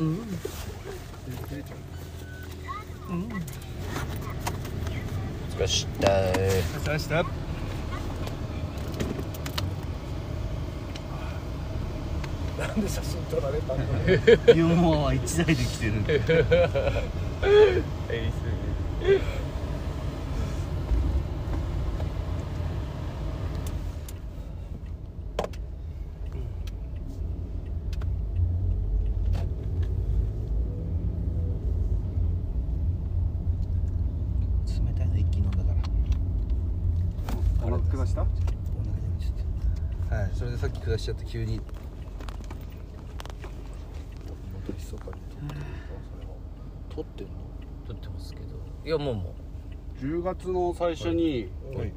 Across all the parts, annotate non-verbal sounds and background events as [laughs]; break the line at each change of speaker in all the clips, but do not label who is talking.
うんうん
疲れした
出した
なんで写真撮られたんだろう
ユーモアは一台で来てるんで
えいす
冷たいの一気に飲んだから
あの下した
お腹痛めちゃったはいそれでさっき下しちゃって急に
元密かに撮
撮
ってるの
ってんの
撮ってますけどいやもうも
10月の最初に、
それははい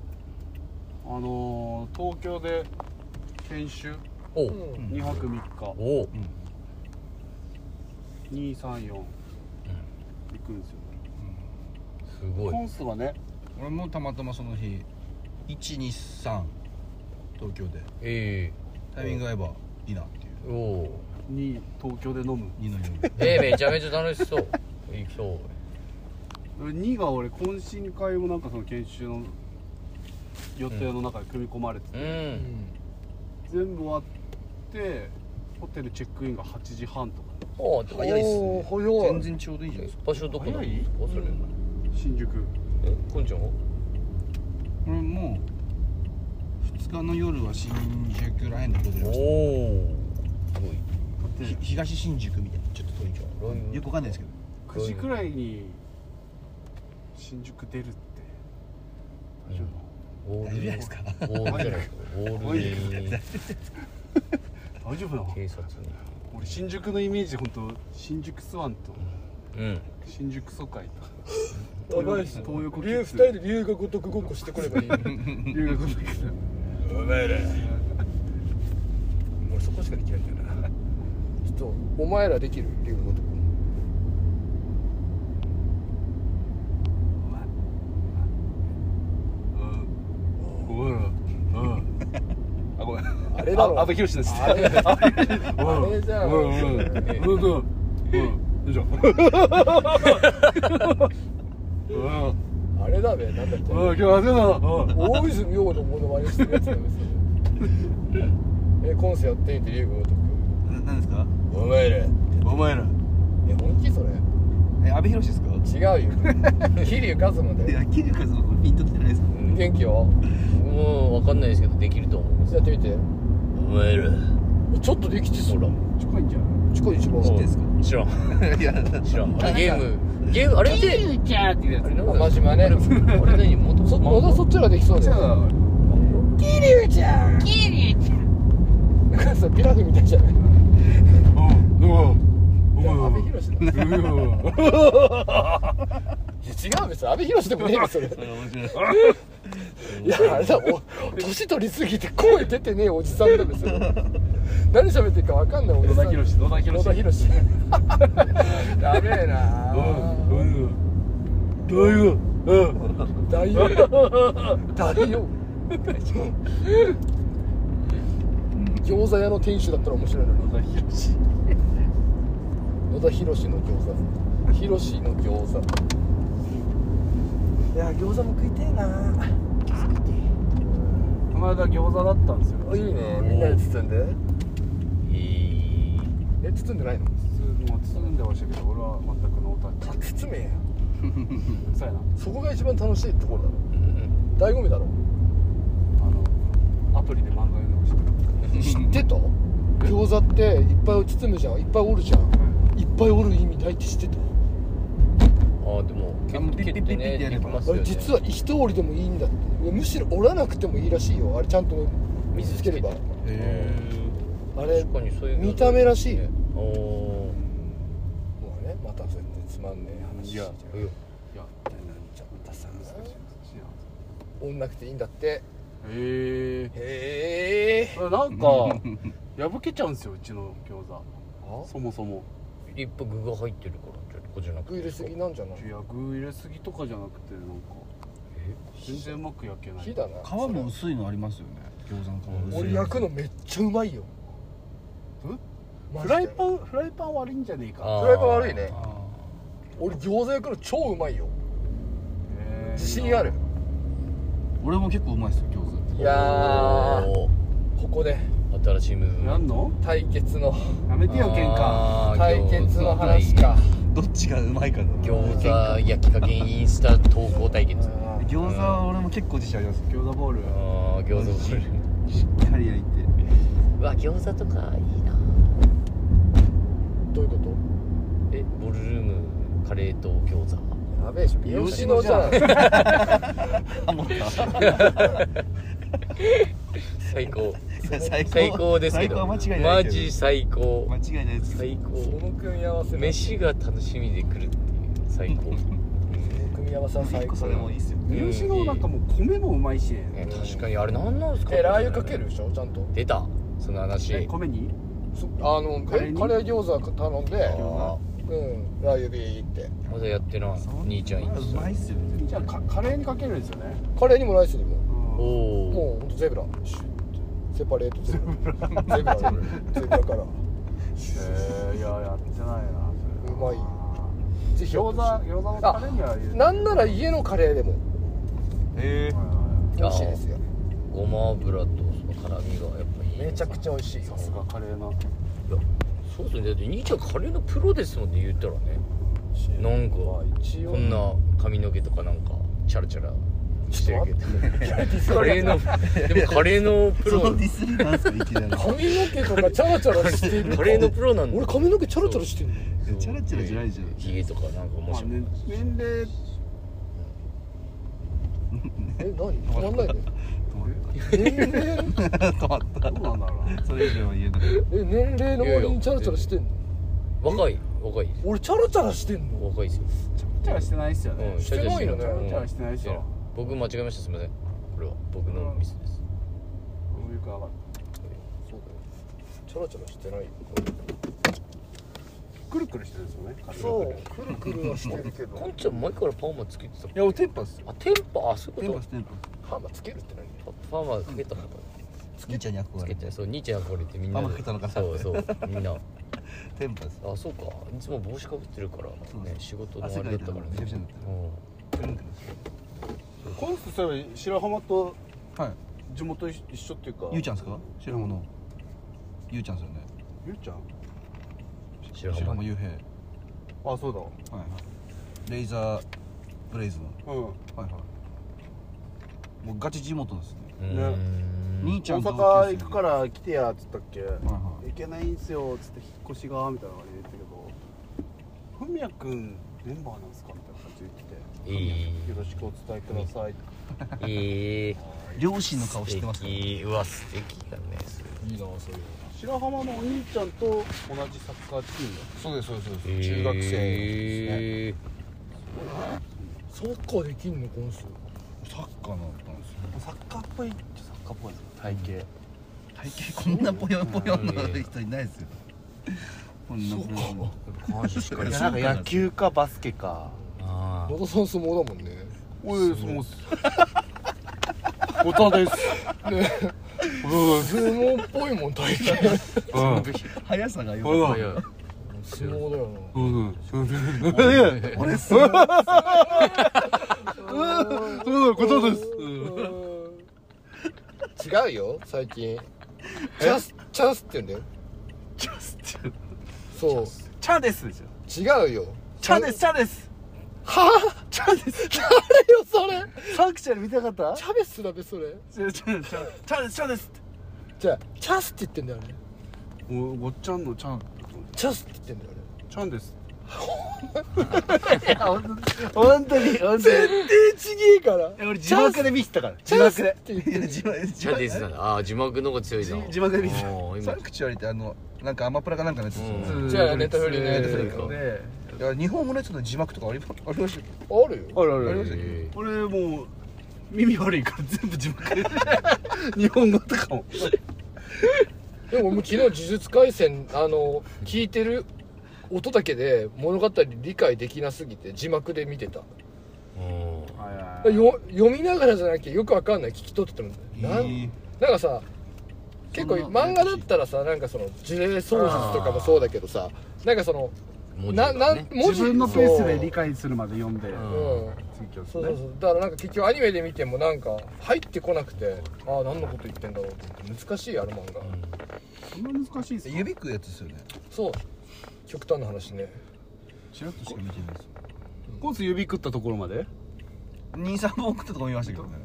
あのー東京で研修
うおう
うん
2泊3
おう
日234行くんですよ
すごい
コンスはね
俺もたまたまその日123東京で
え
タイミング合えばいいなっていう
えおう
に東京で飲む
二の四 [laughs]
ええめちゃめちゃ楽しそう行きそう
2が俺懇親会もなんかその研修の予定の中に組み込まれて
う
て、
ん
全部終わってホテルチェックインが8時半とか
ああ
早いっすね
早い
全然ちょうどいいじゃないですか
場所どこなんですかそれ
新宿
えこんちゃんは
これもう2日の夜は新宿らへんでホテル
おお
に
すごい
だって
ひ東新宿みたいなちょっと遠いけど
ロイブ
よくわかんないですけど
9時くらいに新宿出るって大丈夫
オール
大丈夫じゃないですか
オールじゃないですかオールで
なの大丈夫なの
警察に
俺新宿のイメージ本当新宿スワンと
うん
新宿疎開と
高いし
東横キ
留
ッ
二
ズ
人で留学とごっこしてくればいい
留学だけど
お前ら俺そこしかできないんだよなちょっとお前らできる留学と
お前らうんあごめん
あれだろ
阿部寛です
あれあれじゃん
うんうんうんうんうんよいしょうん
あれだべなんだっけ
うん今日はそうだ
大泉洋のモノマネしてるやつだよそれえコンセやってみて龍が
ななんですか
男お前らえ
お前ら
本気それ
え阿部寛ですか
違う
[laughs]
よ桐生一馬だ
い
よ
や桐生和馬君ピンときてないですか
元気よ
もうわかんないですけどできると思います
やってみて
お前ら
ちょっとできてそ
ほ
う
ら
近いんじゃん
近い一番
知ってんすか
知らん
いや
知らんあゲームゲームあれってあれなんだ
甘島
[laughs]
ね
あれ何元
そ野田そっちらできそうだよなんかさピラフみたいじゃないいや阿部寛だ
うんうん
いや違う別に阿部寛でもねえよそれいやあれだお年取りすぎて声出てねえおじさんだべそれ何喋ってるかわかんないおじ
野
さ
田
ん
博士野田博
野田
士
博士ダメえな
どういううん
大王大王餃子屋の店主だったら面白いのに
野田博士
野田博士の餃子博士の餃子いや餃子も食いてえな
この間餃子だったんですよ
いいねみんなで包んで
いい
え包んでないの
普通もう包んでましたけど俺は全くノータッチ
あ包めや
うるさいな
そこが一番楽しいところだろ
うん
醍醐味だろ
あのアプリで漫画読んでました
知ってた餃子っていっぱい包むじゃんいっぱいおるじゃんいっぱいおる意味ないって知ってた
ああでも
あもうピッ
蹴
ピ
って
ッピッピッ
ね
ってやれ
でき
ば
ますよ
あれ
ね
実は一折りでもいいんだってむしろ折らなくてもいいらしいよあれちゃんと
水
つければ
え
あれ
確かにそういう
見た目らしいよ
おお
もうねまたそうやってつまんねえ話しちゃう
ーいや
いや
ちょっと
し
さ折んなくていいんだって
へ
へえ
えなんか破けちゃうんですようちの餃子そもそも
いっぱい具が入ってるからちょっとこっちじゃなくて
食い入れすぎなんじゃない
いや具入れすぎとかじゃなくてなんか全然うまく焼けない
火だな
皮も薄いのありますよね餃子の皮薄い
俺焼くのめっちゃうまいよ
え
マ
フ
ジで
ライパンフライパン悪いんじゃねえか
あ
フライパン悪い
あ
ね
あ
俺餃子焼くの超うまいよ
へえ
自信ある
俺も結構うまいですよ餃子
いやー
お
ここで
ー新しいムーブ
やんの
対決の
やめてよ喧嘩
あー
対決の話か
どっちがうまいかだな
餃子焼き加減インスタ投稿対決
あー
餃子は俺も結構自信あります
餃子ボール
あー餃子
しっかり焼いて
うわ餃子とかいいな
どういうこと
えボルルームカレーと餃子
やべえし三好のじゃん
ハモった
最高
最
最高ですけど
最高は間違いない
マ
けど
ジ最高
間違いないですけ
最
そ
高
の組み合わせ
飯が楽しみで来るっていう最高
その組み合わせは
ど一
最
個
高
それもいいっすよ
うん
三好のなんかもう米もうまいしね
ね確かにあれ何なんですか
えラー油かけるでしょちゃんと
出たその
え
話
米に
そあの
カ
え
レーに
カレー餃子頼んで
あ
うんラー油でいいって
ーまだやってない兄ちゃんいいっ
う
す
まいっすよ
じゃあかカレーにかけるんですよね
カレーにもライスにも
うん
おお
もうほんとゼブラセパレートゼブラゼブラゼブラから
へえいややってないなそれ
うまいぜひやっ
餃
て
子
ほしい
餃子のタレには入れて
なんなら家のカレーでも
え
はいはい
い
美
や
味しいですよ
ごま油とその辛みがやっぱいい
めちゃくちゃ美味しいよ
さすがカレーなカ
そうですねだって兄ちゃんカレーのプロですもんね言ったらねなんか
まあ一応
こんな髪の毛とかなんかチャラチャラしてるけど
カ
[laughs] カレーのでもカレーのプ
ー、
ロ
そのディスりなんすかいきなり
髪の毛とかチャラチャラして
[laughs]
る
カレーのプロなんだ
俺髪の毛チャラチャラしてる
チャラチャラじゃないじゃん
ヒゲとかなんか面
まあ
白い、
ね、年齢
え何止まんないね
止まっ
年齢
た止まった
どうなんだろうな
それ以上は言えない
え年齢の割にチャラチャラしてんの
若い若い
俺チャラチャラしてんの
若いですよ、
チャラしてないっすよね
うん、
してないよね
うん
チャラしてないですよ
僕間違えましたすみませんこれは僕のミスです
そういうか分かった
そうだよチャラチャラしてないよ
くるくるしてるんですよねカレー
そうくるくるはしてるけ
こ
ど
んちゃん前からパーマつけてた
や俺テンパっすよ
あテンパあそうい
テ
う
ン
こ
パっすテンパっす
パーマつけるって何
とパパーマかけたのかな
兄ちゃんに
つ
憧
け
れ
て
て
そう兄ちゃんこれってみんな
パーマかけたのかな
そうそうみんな
テンパっす
あそうかいつも帽子かぶってるから
そう
ね仕事のあれだったからね
汗かいてねびちゃびちゃになってる
この人そういえば白浜と
はい
地元一緒っていうか
ゆうちゃんっすか白浜のゆうちゃんっすよね
ゆうちゃん
うん白
白浜
浜
ゆうへい
あそうだ
はいはいレイザーブレイズの
うん
はいはいもうガチ地元ですね
う
ね
ん
兄ち
大
ゃん
阪行くから来てやっつったっけ
らはいはい
行けないんすよっつって引っ越しがみたいな感じで言ってたけどふみやくんメンバーなんすかみたいな感じで言ってて
いい
よろしくお伝えくださいって
いい
両親の顔知ってます
素敵うわ素敵だね
いいなそういう
白浜のお兄ちゃんと同じサッカーチームだ
そうですそうですそう
えー
です中学生ですね
サッカーできんのこの人
サッカーのったんですよ
サッカーっぽいサッカーっぽいですか体型
体型こんなぽよぽよの人いないですよこんなぽよの
下半身しっか
い
り
や
し
なんか野球
かバスケか
あ
野田さん相撲だもんね
おいそうっすおたです
うん相撲っぽいもん大体
うん
速さがよ
う
く
ん
いや
相撲だよな
うんうん
俺すごい
うんことです
違うよ最近チャンスチャンスって言うんだよ
チャスチャ
そう
チャですですよ
違うよ
チャですチャです
はあ
チャです
誰よそれ
サクちゃん見たかった
チャベスだべそれ
チャチャチャチャですチャです
じゃあチャスって言ってんだよあれ
おごっちゃんのチャン
チャスって言ってんだよあれ
チャンですいや本当に本当に
全然違えから
え俺字幕で見せたから字幕で
って言ってる
自分
チャデスだなあー字幕の方が強いな
字字幕で見せた
おー
サ
今
ンクチュアリってあのなんかアマプラかなんかのやつですよね
うん
じゃあネタフリのやつ
でいこう
で
いや日本語のやつの字幕とかあり [laughs] ありましたっけ
あるよ
あるあるあ
ありま
る
したっけ
え
俺もう耳悪いから全部字幕で [laughs] 日本語とかも
でも俺も昨日呪術廻戦あの聞いてる音だけで物語理解できなすぎて字幕で見てた
ーうん
よ読みながらじゃなきゃよくわかんない聞き取っててもなん,、
えー
なんかさ結構漫画だったらさなんかその呪霊操術とかもそうだけどさなんかその
文字
な
が
な
ね
文字
自分のペースで理解するまで読んで、
うん
そううん
次
そう
ね
そうそうだからなんか結局アニメで見てもなんか入ってこなくてああ何のこと言ってんだろうって言って難しいあの漫画、
そんな難しいんですか
指食うやつですよね
そう極端な話ね
チラッとしか見てないですよ
コース指食ったところまで
23本送ったとこ見ましたけどね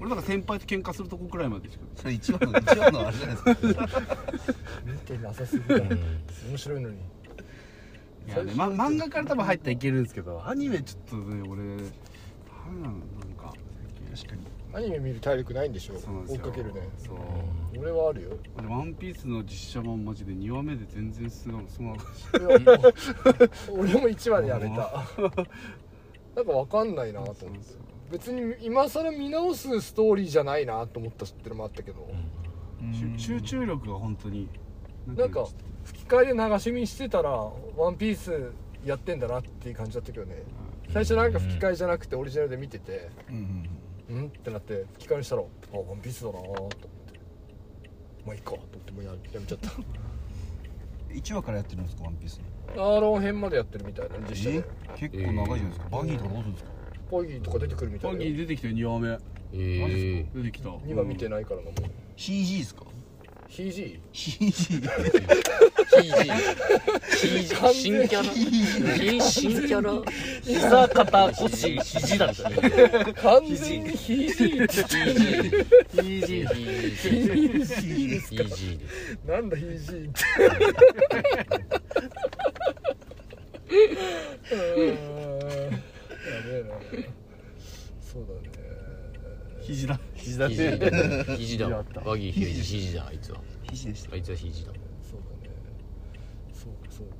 俺なんか先輩と喧嘩するとこくらいまでしか
それ一番の一番のあれじゃないです
[laughs]
か
見てなさすぎ
う
る
んうん
面白いのに
いやね、ま、漫画から多分入ったらいけるんですけどアニメちょっとね俺ダメなのなんか
確かに
アニメ見る体力ないんでしょ
そうなんです
追っ
よ
かけるね
そう
俺は
[laughs]
あるよ
俺ワンピースの実写版マジで2話目で全然進むそうなの
俺はもう俺も1話でやめたなんかわかんないなと思って別に今更見直すストーリーじゃないなと思ったってのもあったけど、
集集中力が本当に
なんか吹き替えで流し見してたら「ワンピースやってんだなっていう感じだったけどね最初なんか吹き替えじゃなくてオリジナルで見てて
うんうんうん
うんってなって吹き替えにしたら「あワンピースだな」と思って「まあいいか」と思ってもうややめちゃった
1話からやってるんですかワンピース
アーロン編までやってるみたいな実写で
結構長いじゃないですかバギーとかどうするんですか
ポギーとか出てくるみた
パ
い
ン
な
ギー出てきたよ2話目
えー
出てきた
今見てないからなもう
CG ですか
CG?
CG
CG 新キャラ新
[laughs]
新キャラ膝肩腰肘だったね
完全に CG
CG
CG
CG です CG です
なんだ CG って [laughs] うーんやべえなそうだね
肘だ肘だ
肘
[laughs]
ね
だ肘だバギー肘肘だあいつは
CG でし
あいつは肘だ
そうだねそうかそうか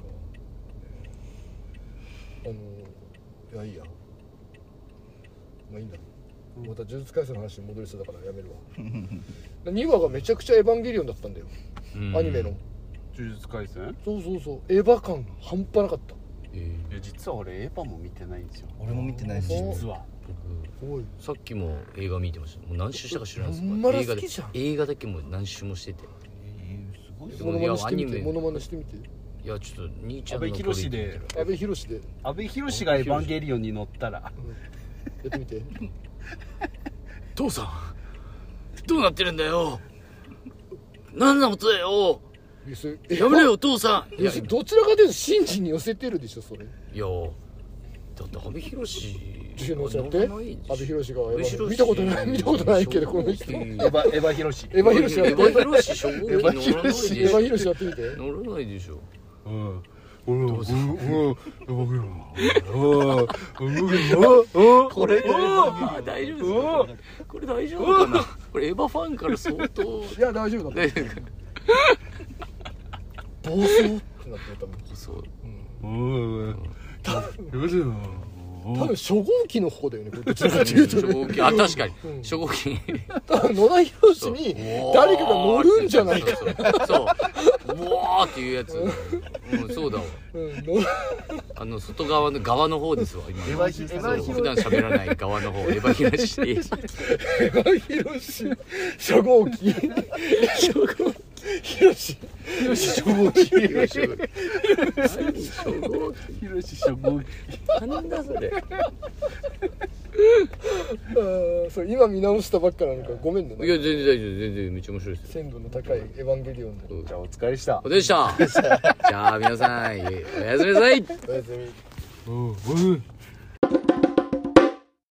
あのいやいいやまあいいんだまた呪術廻戦の話に戻りそうだからやめるわ
[laughs]
2話がめちゃくちゃ「エヴァンゲリオン」だったんだよ、
うん
アニメの
呪術廻戦
そうそうそうエヴァ感半端なかった
えー
いや実は俺エヴァも見てないんですよ
俺も見てないです
そう
実は
僕
おい
さっきも映画見てましたもう何周したか知らないです
ほんまだ
映画
好きじゃん
映画だけもう何周もしてて
えーすごいっすね
モノマネしてみ
いやアニ
て
メ
モノマネしてみて
いやちょっと兄ちゃ
阿
んの
部寛で
阿部寛で
阿部寛がエヴァンゲリオンに乗ったら
やって
[laughs]
みて
父さんどうなってるんだよ何のことだよ
いやそれ
やめろよお父さんい
いや
や
そ
い
れどちらかというと真珠に寄せてるでしょそれ
やだって阿部寛
ちょっと待って阿部寛が
阿部寛
見たことない見たことないけどこの
う
人
ん
エヴァエヴァ広
エヴァヒロ
エ
や
ヴ
っ
ァ
て
博士初号
エヴァ
に乗らないでし
ヒロエヴァヒロやってみて
ょ乗らないでしょ
うん俺は
ぞ
これ
ああ大丈夫ですかこれ大丈夫かなこれエヴァファンから相当
いや大丈夫だ
大丈夫か
暴走ってなってる多分
そう
多分初号機の方だよねこれどちらかというと
[laughs] 初
ね
号機あ確かに初号機
多分野田博士に誰かが乗るんじゃないか
そうそううわーっていうやつうんそうだわ [laughs]
うん乗る
あの外側の側の方ですわ今
エヴァヒエヴァ
そう
ヒ
普段喋らない側の方エヴァヒラシ
エヴァヒロ初号機初号機ヒロシ
初号機
初号機
広志初号機
なんだそれ
あーそう今見直したばっかなのかごめんね
いや全然大丈夫全然めっちゃ面白いですよ
鮮度の高いエヴァンゲリオンで
じゃあお疲れした
お疲れで [laughs] したじゃあ皆さんおやすみなさい
おやすみ
うんうん